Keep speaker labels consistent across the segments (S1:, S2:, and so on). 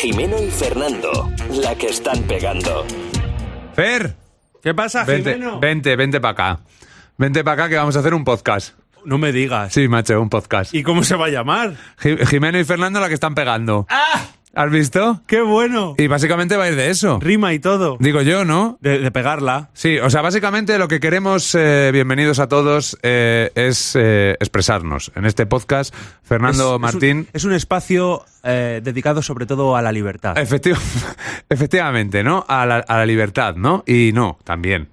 S1: Jimeno y Fernando, la que están pegando.
S2: Fer,
S3: ¿Qué pasa,
S2: vente,
S3: Ah, Jimeno?
S2: vente, vente para acá. Vente para acá que vamos a hacer un podcast.
S3: No me digas.
S2: Sí, macho, un podcast.
S3: ¿Y cómo se va a llamar?
S2: Ji- Jimeno y Fernando la que están pegando.
S3: ¡Ah!
S2: ¿Has visto?
S3: ¡Qué bueno!
S2: Y básicamente va a ir de eso.
S3: Rima y todo.
S2: Digo yo, ¿no?
S3: De, de pegarla.
S2: Sí, o sea, básicamente lo que queremos, eh, bienvenidos a todos, eh, es eh, expresarnos. En este podcast, Fernando
S3: Es-
S2: Martín...
S3: Es un, es un espacio eh, dedicado sobre todo a la libertad.
S2: Efectiv- efectivamente, ¿no? A la, a la libertad, ¿no? Y no, también.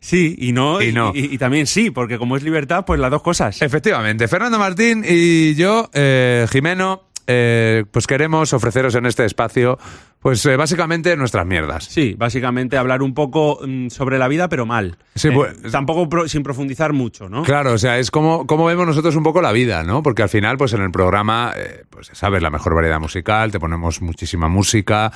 S3: Sí, y no.
S2: Y no.
S3: y también sí, porque como es libertad, pues las dos cosas.
S2: Efectivamente, Fernando Martín y yo, eh, Jimeno, eh, pues queremos ofreceros en este espacio, pues eh, básicamente nuestras mierdas.
S3: Sí, básicamente hablar un poco mm, sobre la vida, pero mal. Eh,
S2: Sí, pues-
S3: tampoco pro- sin profundizar mucho, ¿no?
S2: Claro, o sea, es como, como vemos nosotros un poco la vida, ¿no? Porque al final, pues en el programa, eh, pues ya sabes, la mejor variedad musical, te ponemos muchísima música,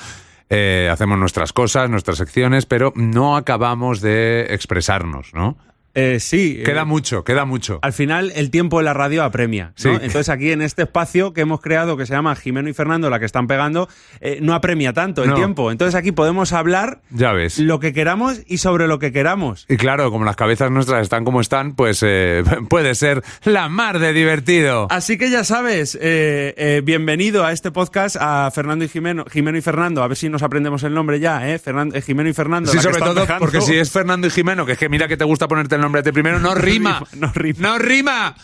S2: eh, hacemos nuestras cosas, nuestras secciones, pero no acabamos de expresarnos, ¿no?
S3: Eh, sí. eh,
S2: Queda mucho, queda mucho.
S3: Al final, el tiempo en la radio apremia. ¿no?
S2: Sí.
S3: Entonces, aquí en este espacio que hemos creado, que se llama Jimeno y Fernando, la que están pegando, eh, no apremia tanto el
S2: No.
S3: tiempo. Entonces, aquí podemos hablar
S2: Ya ves.
S3: lo que queramos y sobre lo que queramos.
S2: Y claro, como las cabezas nuestras están como están, pues eh, puede ser la mar de divertido.
S3: Así que ya sabes, eh, eh, bienvenido a este podcast a Fernando y Jimeno, Jimeno y Fernando. A ver si nos aprendemos el nombre ya, ¿eh? Fernan- eh, Jimeno y Fernando.
S2: Sí,
S3: la que
S2: sobre
S3: están
S2: todo
S3: pegando.
S2: porque si es Fernando y Jimeno, que es que mira que te gusta ponerte el nombre de primero, no rima.
S3: rima, no rima.
S2: No rima.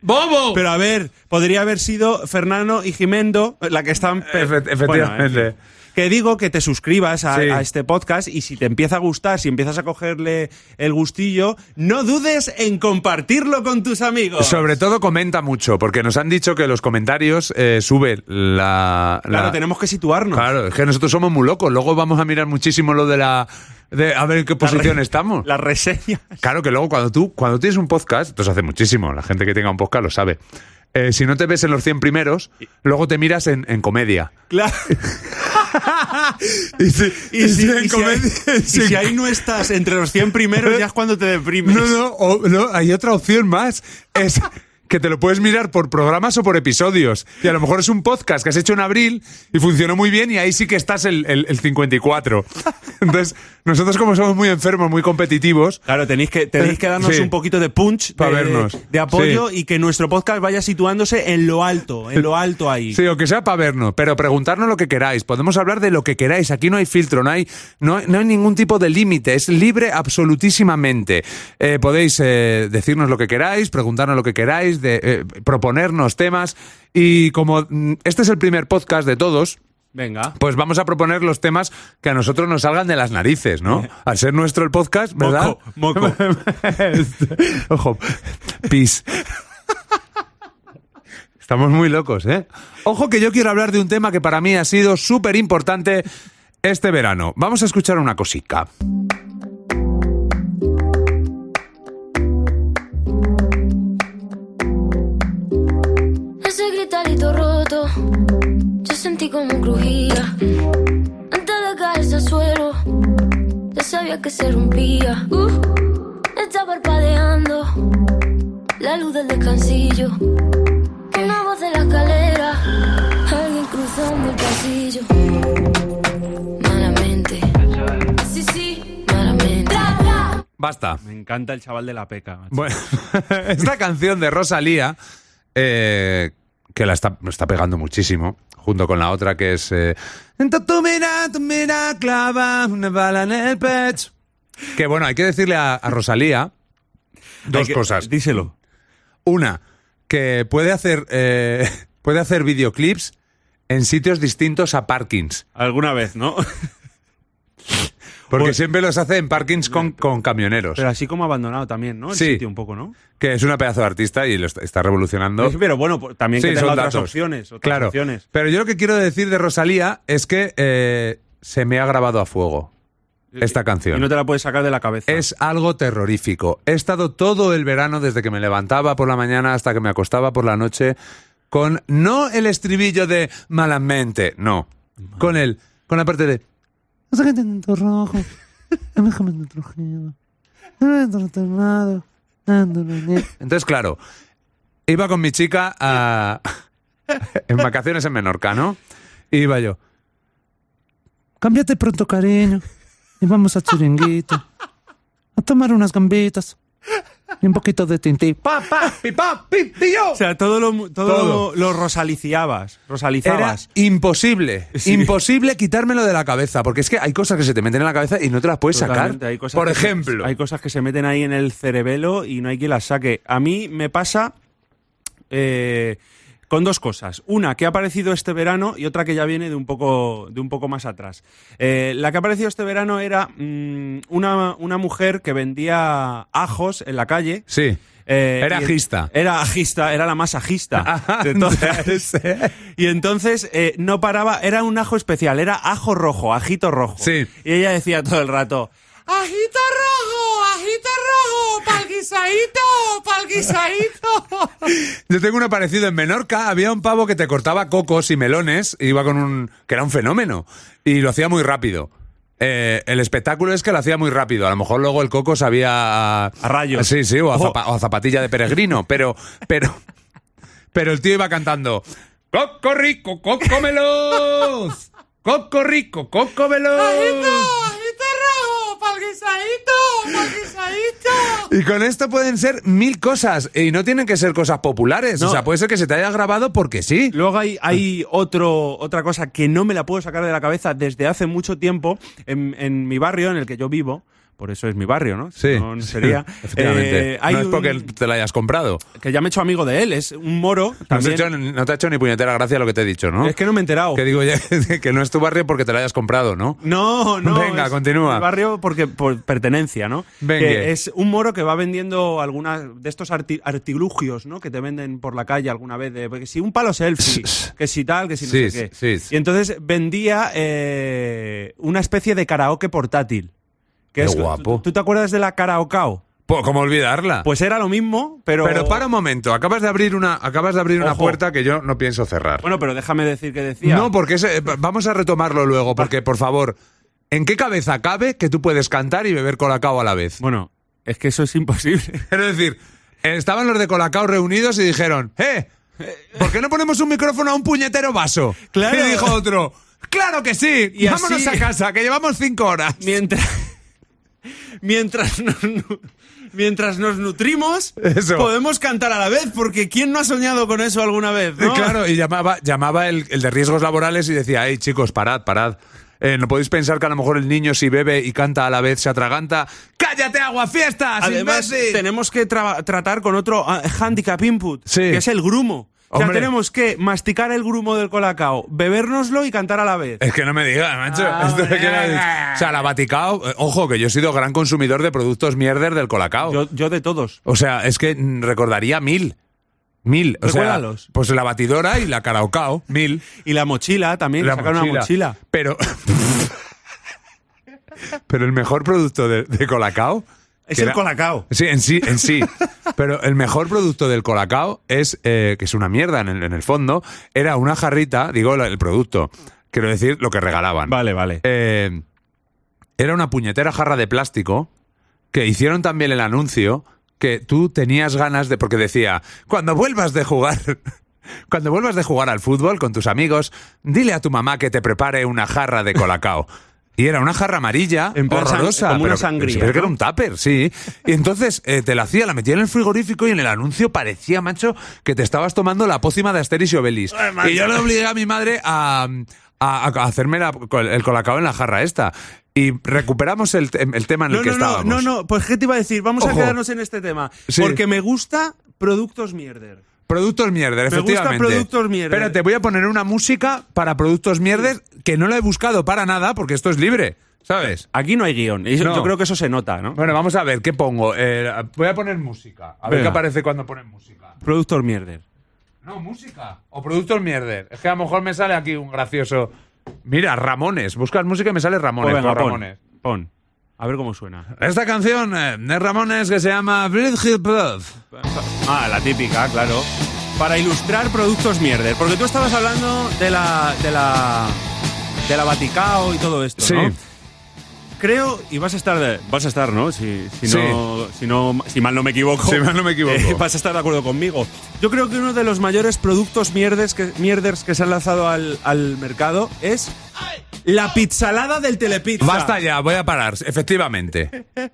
S2: ¡Bobo!
S3: Pero a ver, podría haber sido Fernando y Jimendo la que están... pe-
S2: Eh, Efe-
S3: Bueno, en fin.
S2: efectivamente.
S3: Que digo que te suscribas a,
S2: Sí.
S3: a este podcast y si te empieza a gustar, si empiezas a cogerle el gustillo, no dudes en compartirlo con tus amigos.
S2: sobre todo comenta mucho, porque nos han dicho que los comentarios eh, sube la...
S3: Claro,
S2: la-
S3: tenemos que situarnos.
S2: Claro, es que nosotros somos muy locos. Luego vamos a mirar muchísimo lo de la... de- a ver en qué
S3: La re-
S2: posición estamos.
S3: Las reseñas.
S2: Claro que luego cuando tú, cuando tienes un podcast, entonces hace muchísimo, la gente que tenga un podcast lo sabe. Eh, si no te ves en los 100 primeros, luego te miras en, en comedia.
S3: Claro.
S2: Y si,
S3: Y si, y si ahí, y si ahí no estás entre los 100 primeros, ya es cuando te deprimes.
S2: No, no, o- no, hay otra opción más. Es que te lo puedes mirar por programas o por episodios. Y a lo mejor es un podcast que has hecho en abril y funcionó muy bien y ahí sí que estás el, el- el 54. Entonces, nosotros como somos muy enfermos, muy competitivos,
S3: Claro, tenéis que, tenéis que darnos
S2: Sí.
S3: un poquito de punch,
S2: Pa'
S3: de,
S2: vernos.
S3: de apoyo y que nuestro podcast vaya situándose en lo alto, en lo alto ahí.
S2: Sí, o que sea para vernos, pero preguntarnos lo que queráis. Podemos hablar de lo que queráis. Aquí no hay filtro, no hay, no hay, no hay ningún tipo de límite. Es libre absolutísimamente. Eh, podéis eh, decirnos lo que queráis, preguntarnos lo que queráis, de, eh, proponernos temas. Y como mm, este es el primer podcast de todos,
S3: Venga.
S2: pues vamos a proponer los temas que a nosotros nos salgan de las narices, ¿no? Al ser nuestro el podcast, ¿verdad?
S3: Moco, moco.
S2: Este, Ojo, pis. Estamos muy locos, ¿eh? Ojo que yo quiero hablar de un tema que para mí ha sido súper importante este verano. Vamos a escuchar una cosica.
S4: Ese gritarito roto, yo sentí como crujía. Antes de caerse al suelo, ya sabía que se rompía. Uh, está parpadeando la luz del descansillo. Una voz de la escalera, alguien cruzando el pasillo. Malamente, sí, sí, malamente.
S2: Basta.
S3: Me encanta el chaval de la peca. macho.
S2: Bueno, esta canción de Rosalía, eh, que la está, está pegando muchísimo, junto con la otra que es... eh, "Entonces tú mira, tú mira, clava una bala en el pecho". Que bueno, hay que decirle a, a Rosalía
S3: Hay
S2: dos
S3: que-
S2: cosas.
S3: Díselo.
S2: Una, que puede hacer, eh, puede hacer videoclips en sitios distintos a parkings.
S3: Alguna vez, ¿no?
S2: Porque
S3: Pues-
S2: siempre los hace en parkings con, con camioneros.
S3: Pero así como abandonado también, ¿no? El
S2: Sí.
S3: sitio un poco, ¿no?
S2: Que es una pedazo de artista y lo está, está revolucionando.
S3: Sí, Pero bueno, por- también Pues que
S2: Sí,
S3: tenga
S2: son
S3: otras
S2: datos.
S3: opciones. Otras
S2: claro.
S3: opciones.
S2: Pero yo lo que quiero decir de Rosalía es que eh, se me ha grabado a fuego esta
S3: Eh, Y
S2: canción.
S3: no te la puedes sacar de la cabeza.
S2: Es algo terrorífico. He estado todo el verano, desde que me levantaba por la mañana hasta que me acostaba por la noche, con no el estribillo de malamente, no. Con el, con la parte de.
S5: No sé qué tiene tu rojo. No me dejan en tu rugido. No me dejan tornado. Dándole en el-
S2: Entonces, claro, iba con mi chica a... en vacaciones en Menorca, ¿no? Y iba yo.
S5: Cámbiate pronto, cariño. Y vamos a chiringuito. A tomar unas gambitas. Y un poquito de tintí.
S2: Pa, pa, pi, pa, pi, tío.
S3: O sea, todo lo, mu- todo,
S2: Todo.
S3: Lo, lo rosaliciabas,
S2: Era
S3: rosalizabas.
S2: imposible,
S3: Sí.
S2: imposible quitármelo de la cabeza, porque es que hay cosas que se te meten en la cabeza y no te las puedes
S3: Totalmente,
S2: sacar.
S3: hay cosas
S2: Por
S3: que se-
S2: ejemplo,
S3: hay cosas que se meten ahí en el cerebelo y no hay quien las saque. A mí me pasa eh, con dos cosas. Una que ha aparecido este verano y otra que ya viene de un poco, de un poco más atrás. Eh, la que ha aparecido este verano era mm, una, una mujer que vendía ajos en la calle.
S2: sí.
S3: Eh,
S2: Era
S3: y en-
S2: ajista.
S3: Era ajista, era la más ajista de
S2: Antes,
S3: todas.
S2: ¿eh?
S3: Y entonces eh, no paraba, era un ajo especial, era ajo rojo, ajito rojo.
S2: Sí.
S3: Y ella decía todo el rato, ajito rojo, ajito rojo, pa'l guisaíto, pa'l guisaíto.
S2: Yo tengo uno parecido. En Menorca había un pavo que te cortaba cocos y melones, e iba con un. que era un fenómeno. Y lo hacía muy rápido. Eh, el espectáculo es que lo hacía muy rápido. A lo mejor luego el coco sabía.
S3: A rayos.
S2: Sí, sí, o a,
S3: Ojo.
S2: zapa- o a zapatilla de peregrino. Pero. Pero. Pero el tío iba cantando. ¡Coco rico, coco veloz! ¡Coco rico, coco veloz!
S3: ajito rojo, pa'l guisaíto, pa'l guisaíto.
S2: Y con esto pueden ser mil cosas. Y no tienen que ser cosas populares.
S3: No.
S2: O sea, puede ser que se te haya grabado porque sí.
S3: Luego hay, hay otro, otra cosa que no me la puedo sacar de la cabeza desde hace mucho tiempo en, en mi barrio en el que yo vivo. Por eso es mi barrio, ¿no? Si
S2: Sí,
S3: no, no
S2: sí,
S3: sería.
S2: efectivamente.
S3: Eh, hay
S2: no es porque
S3: un-
S2: te la hayas comprado.
S3: que ya me he hecho amigo de él, es un moro.
S2: No, has
S3: También.
S2: hecho- no te ha hecho ni puñetera gracia lo que te he dicho, ¿no?
S3: Es que no me he enterado.
S2: Que digo ya que no es tu barrio porque te la hayas comprado, ¿no?
S3: No, no.
S2: Venga,
S3: es
S2: continúa.
S3: El barrio porque por pertenencia, ¿no?
S2: Venga.
S3: Que es un moro que va vendiendo algunas de estos arti- artilugios, ¿no? Que te venden por la calle alguna vez. De, que si un palo selfie, que si tal, que si no
S2: Sí,
S3: sé qué.
S2: sí, sí.
S3: Y entonces vendía eh, una especie de karaoke portátil. Que
S2: Qué
S3: es-
S2: guapo.
S3: ¿tú, tú te acuerdas de la karaokao?
S2: Po- ¿Cómo olvidarla?
S3: Pues era lo mismo, pero.
S2: pero para un momento, acabas de abrir una, acabas de abrir una
S3: Ojo.
S2: puerta que yo no pienso cerrar.
S3: Bueno, pero déjame decir que decía.
S2: No, porque ese- eh, va- vamos a retomarlo luego, porque por favor, ¿en qué cabeza cabe que tú puedes cantar y beber colacao a la vez?
S3: Bueno, es que eso es imposible.
S2: Quiero decir, estaban los de Colacao reunidos y dijeron, ¡eh! ¿Por qué no ponemos un micrófono a un puñetero vaso?
S3: Claro.
S2: Y dijo otro, ¡claro que sí!
S3: Y
S2: ¡Vámonos
S3: así-
S2: a casa, que llevamos cinco horas!
S3: mientras mientras nos, nu- mientras nos nutrimos
S2: Eso.
S3: podemos cantar a la vez porque quién no ha soñado con eso alguna vez
S2: Y
S3: no?
S2: Claro, y llamaba, llamaba el, el de riesgos laborales y decía, ¡hey chicos, parad, parad! Eh, ¿No podéis pensar que a lo mejor el niño si bebe y canta a la vez se atraganta? ¡Cállate, aguafiestas,
S3: además
S2: imbécil!
S3: tenemos que traba- tratar con otro ah, handicap input
S2: Sí.
S3: que es el grumo o sea,
S2: Hombre.
S3: tenemos que masticar el grumo del colacao, bebérnoslo y cantar a la vez.
S2: Es que no me digas, macho.
S3: Ah,
S2: Esto es que era- o sea, la Vaticao, eh, ojo, que yo he sido gran consumidor de productos mierder del Colacao.
S3: Yo, yo de todos.
S2: O sea, es que mm, recordaría mil. Mil. O sea,
S3: Recuérdalos.
S2: pues la batidora y la karaokao, mil.
S3: Y la mochila también,
S2: La
S3: sacar una mochila.
S2: Pero. Pero el mejor producto de, de Colacao.
S3: Es
S2: que
S3: el
S2: era-
S3: colacao.
S2: Sí, en sí, en sí. Pero el mejor producto del Colacao es, eh, que es una mierda en el, en el fondo, era una jarrita, digo la- el producto, quiero decir lo que regalaban.
S3: Vale, vale.
S2: Eh, era una puñetera jarra de plástico que hicieron también el anuncio que tú tenías ganas de. Porque decía, cuando vuelvas de jugar. Cuando vuelvas de jugar al fútbol con tus amigos, dile a tu mamá que te prepare una jarra de colacao. Y era una jarra amarilla,
S3: En plan san-
S2: horrorosa.
S3: como una
S2: pero-
S3: sangría,
S2: pero que
S3: ¿no?
S2: era un tupper, sí. Y entonces eh, te la hacía, la metía en el frigorífico y en el anuncio parecía, macho, que te estabas tomando la pócima de Asterix y Obelix. Y yo le obligué a mi madre a, a- a hacerme la- el colacao en la jarra esta. Y recuperamos el, te- el tema en el
S3: No,
S2: que
S3: no, no,
S2: estábamos.
S3: no, no, pues ¿qué te iba a decir? Vamos a
S2: Ojo.
S3: quedarnos en este tema.
S2: Sí.
S3: Porque me gusta productos mierder.
S2: Productos mierder,
S3: gusta
S2: efectivamente.
S3: productos mierder.
S2: Espérate, voy a poner una música para productos mierder que no la he buscado para nada porque esto es libre, ¿sabes?
S3: Aquí no hay guión. Y eso-
S2: No.
S3: Yo creo que eso se nota, ¿no?
S2: Bueno, vamos a ver, ¿qué pongo? Eh, voy a poner música. A ver
S3: Venga.
S2: qué aparece cuando ponen música.
S3: Productor mierder.
S2: No, música. O productos mierder. Es que a lo mejor me sale aquí un gracioso. Mira, Ramones. Buscas música y me sale Ramones.
S3: Pues venga,
S2: por
S3: pon,
S2: Ramones.
S3: pon. A ver cómo suena.
S2: Esta canción eh, de Ramones que se llama Bridget Blood.
S3: Ah, la típica, claro. Para ilustrar productos mierder. Porque tú estabas hablando de la. de la. de la Vaticao y todo esto,
S2: Sí.
S3: ¿no? creo, y vas a estar, de- vas a estar, ¿no? Si, si no, si no, si mal no me equivoco.
S2: Si mal no me equivoco.
S3: eh, vas a estar de acuerdo conmigo. Yo creo que uno de los mayores productos mierdes que, mierders que se han lanzado al, al mercado es la pizzalada del Telepizza.
S2: Basta ya, voy a parar, efectivamente. O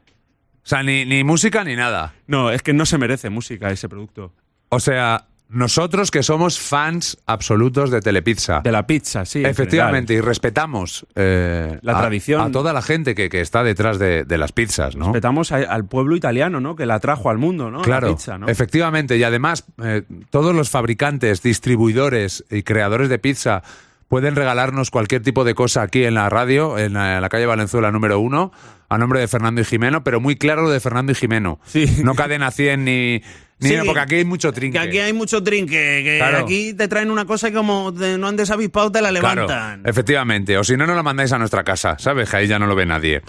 S2: sea, ni, ni música ni nada.
S3: No, es que no se merece música ese producto.
S2: O sea, nosotros que somos fans absolutos de Telepizza.
S3: De la pizza, sí. en
S2: Efectivamente, y respetamos eh,
S3: La
S2: a-
S3: tradición.
S2: A, toda la gente que, que está detrás de, de las pizzas, ¿no?
S3: general. Respetamos a- al pueblo italiano, ¿no? Que la trajo al mundo, ¿no?
S2: Claro,
S3: La pizza, ¿no?
S2: efectivamente. Y además, eh, todos los fabricantes, distribuidores y creadores de pizza pueden regalarnos cualquier tipo de cosa aquí en la radio, en la, en la calle Valenzuela número uno, a nombre de Fernando y Jimeno, pero muy claro lo de Fernando y Jimeno.
S3: Sí.
S2: No cadena 100 ni... ni
S6: Sí,
S2: no, porque aquí hay mucho trinque.
S6: Que aquí hay mucho trinque, que
S2: Claro.
S6: aquí te traen una cosa y como te- no andes avispado te la
S2: Claro,
S6: levantan.
S2: efectivamente. O si no, no la mandáis a nuestra casa, ¿sabes? Que ahí ya no lo ve nadie.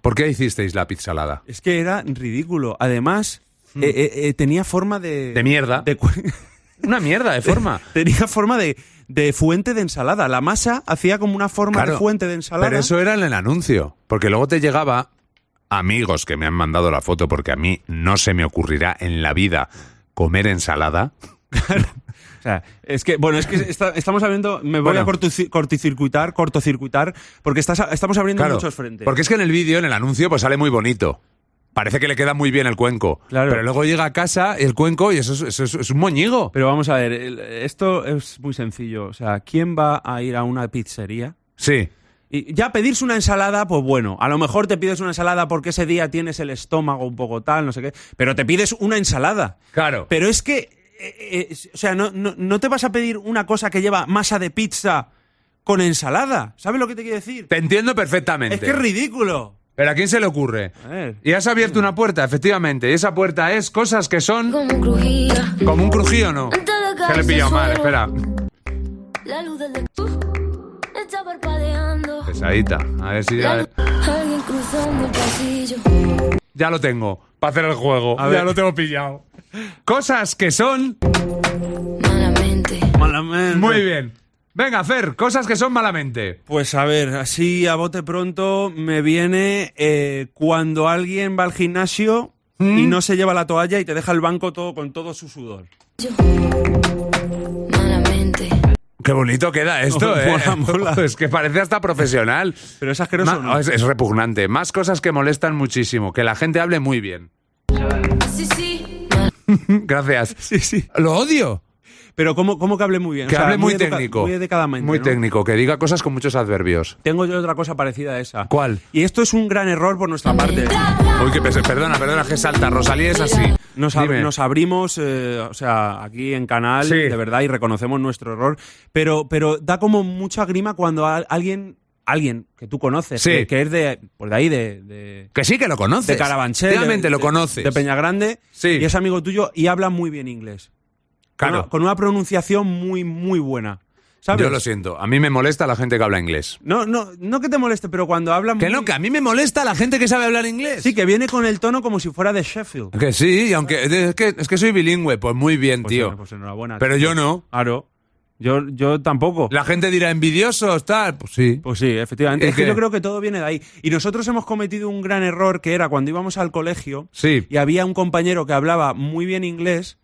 S2: ¿Por qué hicisteis la pizzalada?
S3: Es que era ridículo. Además, eh, eh, eh, tenía forma de.
S2: Hmm. De mierda.
S3: de cu-
S2: Una mierda de forma.
S3: tenía forma de, de fuente de ensalada. La masa hacía como una forma
S2: Claro,
S3: de fuente de ensalada.
S2: Pero eso era en el anuncio, porque luego te llegaba amigos que me han mandado la foto porque a mí no se me ocurrirá en la vida comer ensalada.
S3: O sea, es que, bueno, es que está- estamos abriendo. Me voy
S2: Bueno.
S3: a cortuci- cortocircuitar, cortocircuitar, porque estás, estamos abriendo
S2: Claro,
S3: muchos frentes.
S2: porque es que en el vídeo, en el anuncio, pues sale muy bonito. Parece que le queda muy bien el cuenco.
S3: Claro.
S2: Pero luego llega a casa el cuenco y eso es, eso es- es un moñigo.
S3: Pero vamos a ver, el- esto es muy sencillo. O sea, ¿quién va a ir a una pizzería?
S2: Sí.
S3: Y ya pedirse una ensalada, pues bueno, a lo mejor te pides una ensalada porque ese día tienes el estómago un poco tal, no sé qué, pero te pides una ensalada.
S2: Claro.
S3: Pero es que, eh, eh, o sea, no, no, no te vas a pedir una cosa que lleva masa de pizza con ensalada. ¿Sabes lo que te quiero decir?
S2: Te entiendo perfectamente.
S3: Es que es ridículo.
S2: Pero ¿a quién se le ocurre?
S3: A ver.
S2: Y has abierto una puerta, efectivamente. Y esa puerta es cosas que son
S4: Como crujía.
S2: como un crujío, ¿no? Se le pilló mal, espera.
S4: La luz del uh, está parpadeando.
S2: Pesadita. A ver si
S4: La
S2: ya...
S4: luz- Alguien cruzando el pasillo.
S2: Ya lo tengo, para hacer el juego.
S3: A
S2: ya
S3: ver.
S2: lo tengo pillado. Cosas que son.
S4: Malamente.
S6: Malamente.
S2: Muy bien. Venga, Fer, cosas que son malamente.
S3: Pues a ver, así a bote pronto me viene eh, cuando alguien va al gimnasio
S2: ¿Mm?
S3: y no se lleva la toalla y te deja el banco todo con todo su sudor.
S4: Malamente.
S2: Qué bonito queda esto, ¿eh?
S3: Mola, mola.
S2: Es que parece hasta profesional.
S3: Pero es asqueroso,
S2: Ma-
S3: ¿no?
S2: es, es repugnante. Más cosas que molestan muchísimo. Que la gente hable muy bien.
S4: Sí, sí.
S2: Gracias.
S3: Sí, sí.
S2: Lo odio.
S3: Pero ¿cómo, cómo que hable muy bien? O
S2: Que
S3: sea,
S2: hable muy,
S3: educa-
S2: técnico.
S3: Muy educadamente.
S2: Muy
S3: ¿no?
S2: técnico. Que diga cosas con muchos adverbios.
S3: Tengo yo otra cosa parecida a esa.
S2: ¿Cuál?
S3: Y esto es un gran error por nuestra parte.
S2: Uy, que pes- perdona, perdona, que salta. Rosalía es así.
S3: Nos, ab-
S2: Dime.
S3: nos abrimos, eh, o sea, aquí en canal,
S2: Sí.
S3: de verdad, y reconocemos nuestro error, pero, pero da como mucha grima cuando a- alguien, alguien que tú conoces,
S2: Sí.
S3: que, que es de, pues de ahí, de, de,
S2: Que sí que lo conoces.
S3: de Carabanchel, de-
S2: Efectivamente, lo
S3: de-
S2: conoces.
S3: de Peñagrande,
S2: Sí.
S3: y es amigo tuyo y habla muy bien inglés. Con
S2: Claro.
S3: una- Con una pronunciación muy, muy buena. ¿Sabes?
S2: Yo lo siento. A mí me molesta la gente que habla inglés.
S3: No, no, no que te moleste, pero cuando hablan
S2: Que
S3: muy-
S2: no, que a mí me molesta la gente que sabe hablar inglés.
S3: Sí, que viene con el tono como si fuera de Sheffield.
S2: Que sí, y aunque es que, es que soy bilingüe, pues muy bien,
S3: Pues,
S2: tío.
S3: eh, pues enhorabuena.
S2: Pero
S3: tío.
S2: yo no.
S3: Claro. Yo, yo tampoco.
S2: La gente dirá envidiosos, tal. Pues sí.
S3: Pues sí, efectivamente.
S2: ¿Y
S3: Es que
S2: qué?
S3: yo creo que todo viene de ahí. Y nosotros hemos cometido un gran error que era cuando íbamos al colegio
S2: Sí.
S3: y había un compañero que hablaba muy bien inglés,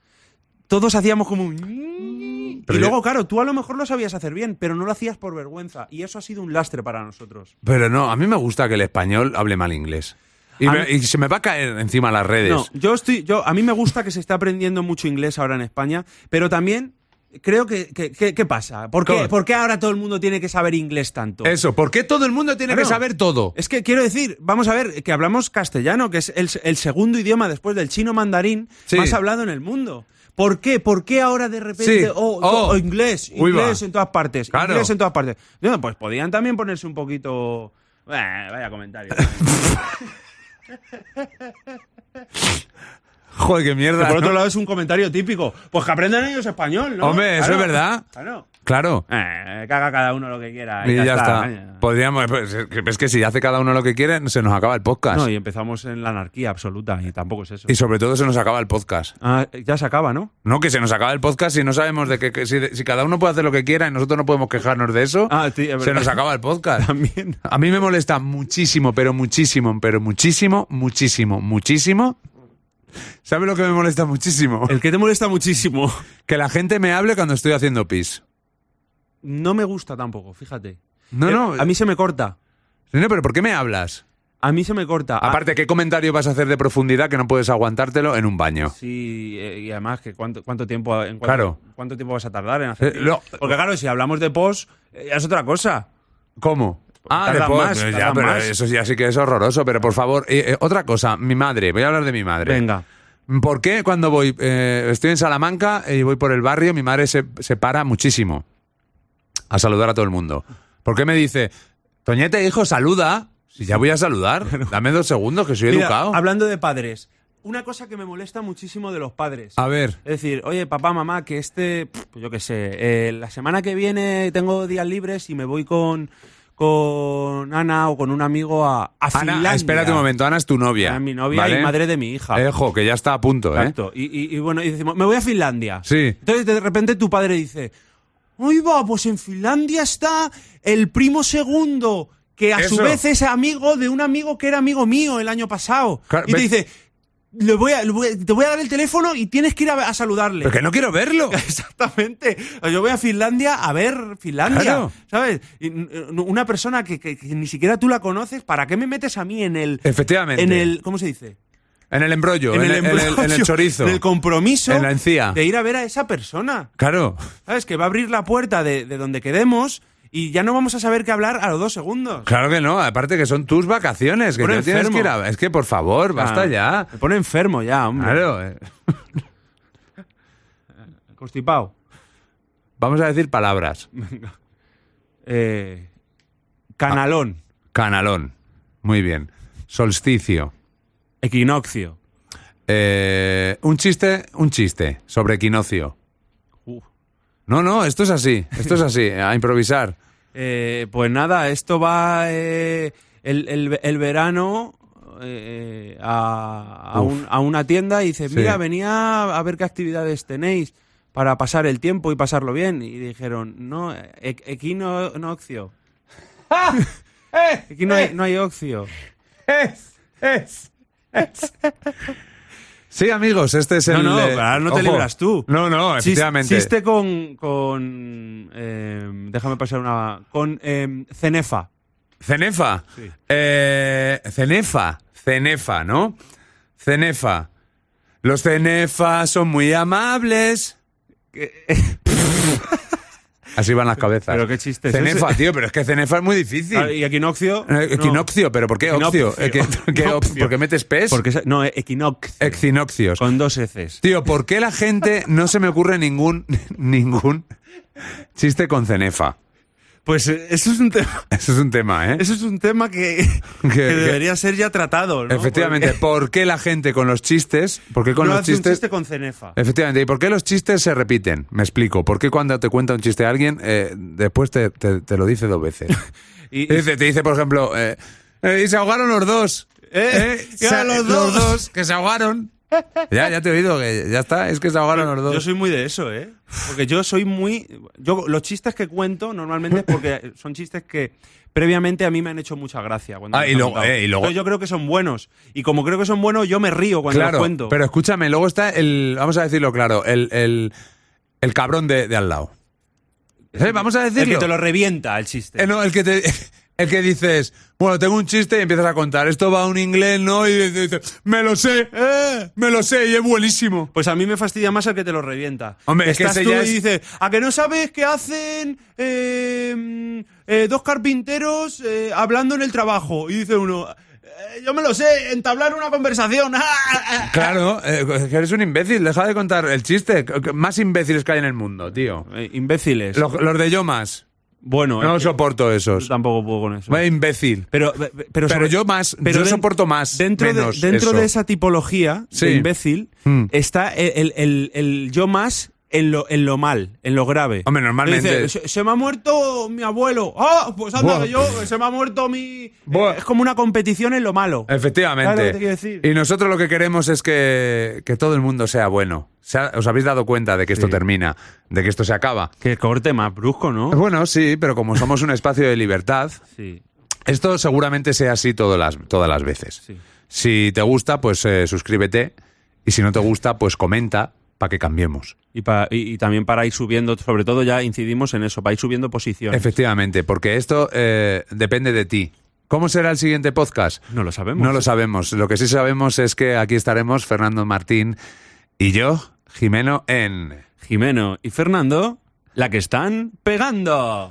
S3: todos hacíamos como un...
S2: Pero
S3: y
S2: yo-
S3: luego, claro, tú a lo mejor lo sabías hacer bien, pero no lo hacías por vergüenza. Y eso ha sido un lastre para nosotros.
S2: Pero no, a mí me gusta que el español hable mal inglés. Y,
S3: A
S2: me-
S3: mí-
S2: y se me va a caer encima las redes.
S3: No, yo estoy, yo, a mí me gusta que se está aprendiendo mucho inglés ahora en España, pero también creo que, que- que- ¿qué pasa? ¿Por qué,
S2: ¿Cómo?
S3: por qué ahora todo el mundo tiene que saber inglés tanto?
S2: Eso, ¿por qué todo el mundo tiene
S3: Claro.
S2: que saber todo?
S3: Es que quiero decir, vamos a ver, que hablamos castellano, que es el, el segundo idioma después del chino mandarín
S2: Sí.
S3: más hablado en el mundo. ¿Por qué? ¿Por qué ahora de repente
S2: Sí.
S3: oh,
S2: Oh.
S3: oh, inglés,
S2: Uy, va.
S3: inglés en todas partes,
S2: Claro.
S3: inglés en todas partes? No, pues podían también ponerse un poquito... Bah, vaya comentario.
S2: Joder, qué mierda.
S3: Por
S2: ¿no?
S3: otro lado es un comentario típico. Pues que aprendan ellos español, ¿no?
S2: Hombre, eso es verdad.
S3: Claro.
S2: Claro.
S3: Eh, que haga cada uno lo que quiera.
S2: Y ya, está.
S3: Eh,
S2: Podríamos. pues, es que- es que si hace cada uno lo que quiere, se nos acaba el podcast.
S3: No, y empezamos en la anarquía absoluta y tampoco es eso.
S2: Y sobre todo se nos acaba el podcast.
S3: Ah, ya se acaba, ¿no?
S2: No, que se nos acaba el podcast si no sabemos de qué. que Si, si cada uno puede hacer lo que quiera y nosotros no podemos quejarnos de eso,
S3: Ah, sí, es verdad.
S2: se nos acaba el podcast.
S3: También.
S2: A mí me molesta muchísimo, pero muchísimo, pero muchísimo, muchísimo, muchísimo. ¿Sabe lo que me molesta muchísimo?
S3: El que te molesta muchísimo.
S2: Que la gente me hable cuando estoy haciendo pis.
S3: No me gusta tampoco, fíjate.
S2: No,
S3: Eh,
S2: no.
S3: A mí se me corta.
S2: No, pero ¿por qué me hablas?
S3: A mí se me corta. Ah,
S2: Aparte, ¿qué comentario vas a hacer de profundidad que no puedes aguantártelo en un baño?
S3: Sí, eh, y además que cuánto, cuánto tiempo en cuánto,
S2: Claro.
S3: cuánto tiempo vas a tardar en hacer
S2: Eh, lo-
S3: porque claro si hablamos de post eh, ya es otra cosa
S2: ¿Cómo? Ah,
S3: tardan
S2: de pos-
S3: más,
S2: pero ya,
S3: tardan
S2: pero
S3: más.
S2: eso ya sí que es horroroso. Pero por favor, eh, eh, otra cosa, mi madre, voy a hablar de mi madre.
S3: venga
S2: ¿Por qué cuando voy, eh, estoy en Salamanca y voy por el barrio, mi madre se, se para muchísimo a saludar a todo el mundo? ¿Por qué me dice, Toñete, hijo, saluda? Si ya voy a saludar, dame dos segundos que soy
S3: Mira,
S2: educado.
S3: hablando de padres una cosa que me molesta muchísimo de los padres
S2: A ver,
S3: es decir oye papá mamá que este pf, pues yo qué sé eh, la semana que viene tengo días libres y me voy con con Ana o con un amigo a, a
S2: Ana,
S3: Finlandia.
S2: espérate un momento, Ana es tu novia.
S3: Ana es Ah, mi novia
S2: ¿vale? Eh,
S3: y madre de mi hija
S2: Ejo, que ya está a punto, ¿eh?
S3: Exacto. Y, y- y bueno, y decimos, me voy a Finlandia.
S2: Sí.
S3: Entonces de repente tu padre dice, hoy va, pues en Finlandia está el primo segundo, que a su
S2: Eso.
S3: vez es amigo de un amigo que era amigo mío el año pasado.
S2: Claro,
S3: y te
S2: ve-
S3: dice, "Le voy a- le voy- te voy a dar el teléfono y tienes que ir a, a saludarle.
S2: Pero que no quiero verlo.
S3: Exactamente. Yo voy a Finlandia a ver Finlandia,
S2: Claro.
S3: ¿sabes? Y, n- n- una persona que, que- que ni siquiera tú la conoces, ¿para qué me metes a mí en el...
S2: Efectivamente.
S3: En el... ¿Cómo se dice?
S2: En el embrollo, en, el, en el- en el
S3: embrollo,
S2: chorizo.
S3: En el compromiso.
S2: En la encía.
S3: De ir a ver a esa persona.
S2: Claro.
S3: ¿Sabes? Que va a abrir la puerta de, de donde quedemos y ya no vamos a saber qué hablar a los dos segundos.
S2: Claro que no, aparte que son tus vacaciones, que
S3: Por
S2: no tienes
S3: enfermo.
S2: que ir a- Es que por favor, basta ya.
S3: Me pone enfermo ya, hombre.
S2: Claro. eh.
S3: Constipado.
S2: Vamos a decir palabras.
S3: Eh, canalón.
S2: Ah. Canalón. Muy bien. Solsticio.
S3: Equinoccio.
S2: Eh, un chiste, un chiste sobre equinoccio.
S3: Uf.
S2: No, no, esto es así. Esto es así, a improvisar.
S3: Eh, pues nada, esto va eh, el, el- el verano eh, eh, a, a
S2: Uf.
S3: un- a una tienda y dices,
S2: Sí.
S3: mira, venía a ver qué actividades tenéis para pasar el tiempo y pasarlo bien. Y dijeron, no, e- aquí no, no ocio. Aquí no hay, no hay ocio.
S2: Sí, amigos, este es
S3: No,
S2: el.
S3: no,
S2: eh,
S3: ahora no te
S2: ojo.
S3: libras tú.
S2: No, no,
S3: Chis-
S2: efectivamente.
S3: Chiste con... con eh, déjame pasar una... Con eh, Cenefa.
S2: Cenefa.
S3: Sí.
S2: Eh, cenefa. Cenefa, ¿no? Cenefa. Los cenefas son muy amables. Así van las cabezas.
S3: Pero qué chiste es
S2: Cenefa,
S3: ese.
S2: tío, pero es que cenefa es muy difícil.
S3: Ah, Y equinoccio...
S2: Eh,
S3: no.
S2: Equinoccio, pero ¿por qué
S3: Equinoccio.
S2: occio? Eh, ¿qué- qué op-
S3: Equinoccio.
S2: ¿Por qué metes pez?
S3: Porque esa- no, equinoccio.
S2: Exinoccios.
S3: Con dos heces.
S2: Tío, ¿por qué la gente no se me ocurre ningún, ningún chiste con cenefa?
S3: Pues eh, eso es un tema,
S2: Eso es un tema, ¿eh?
S3: eso es un tema que,
S2: Que-
S3: que
S2: que-
S3: debería ser ya tratado, ¿no?
S2: Efectivamente,
S3: Porque
S2: ¿por qué la gente con los chistes? ¿Por qué con
S3: no
S2: los
S3: hace un
S2: chistes? Eh,
S3: chiste con cenefa.
S2: Efectivamente, ¿y por qué los chistes se repiten? Me explico. ¿Por qué cuando te cuenta un chiste a alguien, eh, después te, te- te lo dice dos veces?
S3: Y-
S2: Te dice, te dice, por ejemplo, eh, eh, y se ahogaron los dos.
S3: Eh,
S2: Eh,
S3: que
S2: se-
S3: a los dos.
S2: que se ahogaron. Ya, ya te he oído, que ya está, es que se ahogaron los dos.
S3: Yo soy muy de eso, ¿eh? Porque yo soy muy... Yo, los chistes que cuento normalmente es porque son chistes que previamente a mí me han hecho mucha gracia. Cuando
S2: Ah,
S3: me los
S2: y
S3: han
S2: luego-
S3: contado.
S2: eh, y luego-
S3: Entonces yo creo que son buenos. Y como creo que son buenos, yo me río cuando
S2: claro,
S3: los cuento.
S2: pero escúchame, luego está el, vamos a decirlo claro, el, el- el cabrón de, de al lado. Eh, Vamos a decirlo.
S3: El que te lo revienta el chiste.
S2: Eh, no, el que te. El que dices, bueno, tengo un chiste y empiezas a contar, esto va a un inglés, ¿no? Y dices, me lo sé, eh, me lo sé y es buenísimo.
S3: Pues a mí me fastidia más el que te lo revienta.
S2: Hombre,
S3: Que
S2: es que
S3: Estás
S2: ese
S3: tú
S2: ya
S3: y
S2: es-
S3: dices, ¿a que no sabes que hacen eh, eh, dos carpinteros eh, hablando en el trabajo? Y dice uno, "Eh, yo me lo sé, entablar una conversación. Ah,
S2: Claro, eh, que eres un imbécil, deja de contar el chiste. que- que Más imbéciles que hay en el mundo, tío.
S3: Eh, imbéciles.
S2: Los, los de Yomas,
S3: Bueno,
S2: no
S3: es que
S2: soporto
S3: yo
S2: esos.
S3: tampoco puedo con eso.
S2: Vaya imbécil.
S3: Pero, eh, pero,
S2: Pero yo más, yo
S3: den-
S2: soporto más,
S3: Dentro,
S2: menos
S3: de, dentro
S2: eso.
S3: de esa tipología
S2: Sí.
S3: de imbécil
S2: Mm.
S3: está el, el- el- el yo más en lo, en lo mal, en lo grave.
S2: Hombre, normalmente-
S3: Dice, se, se me ha muerto mi abuelo. ¡Ah! Pues anda,
S2: Buah.
S3: que yo, se me ha muerto mi. eh,
S2: Buah. Eh.
S3: Es como una competición en lo malo.
S2: Efectivamente.
S3: Claro lo que te quiero decir.
S2: Y nosotros lo que queremos es que, que todo el mundo sea bueno. Se ha- ¿Os habéis dado cuenta de que esto
S3: Sí.
S2: termina? ¿De que esto se acaba?
S3: Qué corte más brusco, ¿no?
S2: Bueno, sí, pero como somos un espacio de libertad,
S3: Sí.
S2: esto seguramente sea así todas las, todas las veces.
S3: Sí.
S2: Si te gusta, pues eh, suscríbete. Y si no te gusta, pues comenta para que cambiemos.
S3: Y, pa- y- y también para ir subiendo, sobre todo ya incidimos en eso, para ir subiendo posiciones.
S2: Efectivamente, porque esto eh, depende de ti. ¿Cómo será el siguiente podcast?
S3: No lo sabemos.
S2: No lo sabemos. Lo que sí sabemos es que aquí estaremos Fernando Martín y yo, Jimeno, en...
S3: Jimeno y Fernando, la que están pegando.